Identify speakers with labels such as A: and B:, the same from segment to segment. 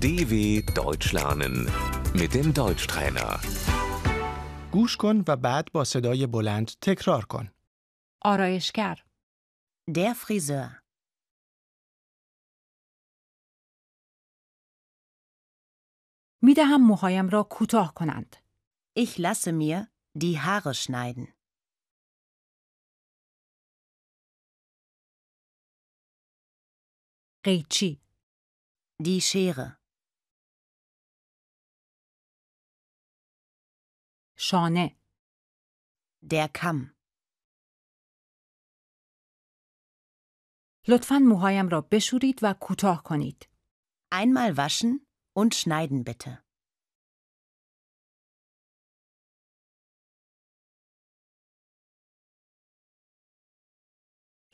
A: DW Deutsch lernen mit dem Deutschtrainer.
B: گوش کن و بعد با صدای بلند تکرار کن.
C: آرایشگر
D: Der Friseur.
C: میدهم موهایم را کوتاه کنند.
D: Ich lasse mir die Haare schneiden.
C: قیچی
D: Die Schere.
C: شانه
D: Der Kamm.
C: لطفا موهایم را بشورید و کوتاه کنید.
D: Einmal waschen und schneiden bitte.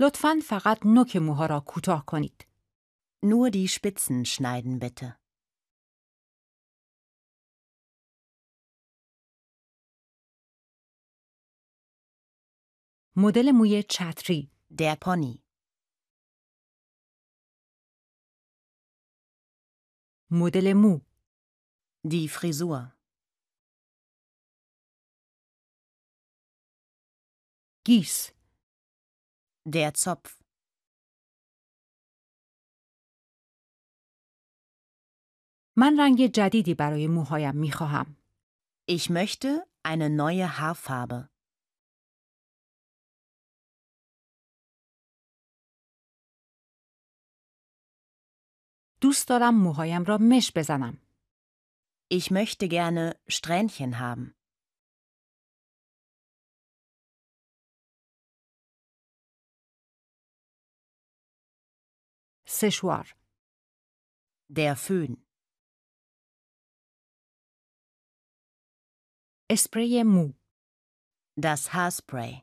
C: لطفا فقط نوک موها را کوتاه کنید.
D: Nur die Spitzen schneiden bitte.
C: مدل موی چتری
D: Der Pony.
C: مدل مو
D: Die Frisur.
C: گیس
D: Der Zopf.
C: من رنگ جدیدی برای موهایم می خواهم.
D: Ich möchte eine neue Haarfarbe.
C: دوست دارم موهایم را مش بزنم.
D: Ich möchte gerne Strähnchen haben.
C: سشوار
D: Der Föhn.
C: اسپری مو
D: Das Haarspray.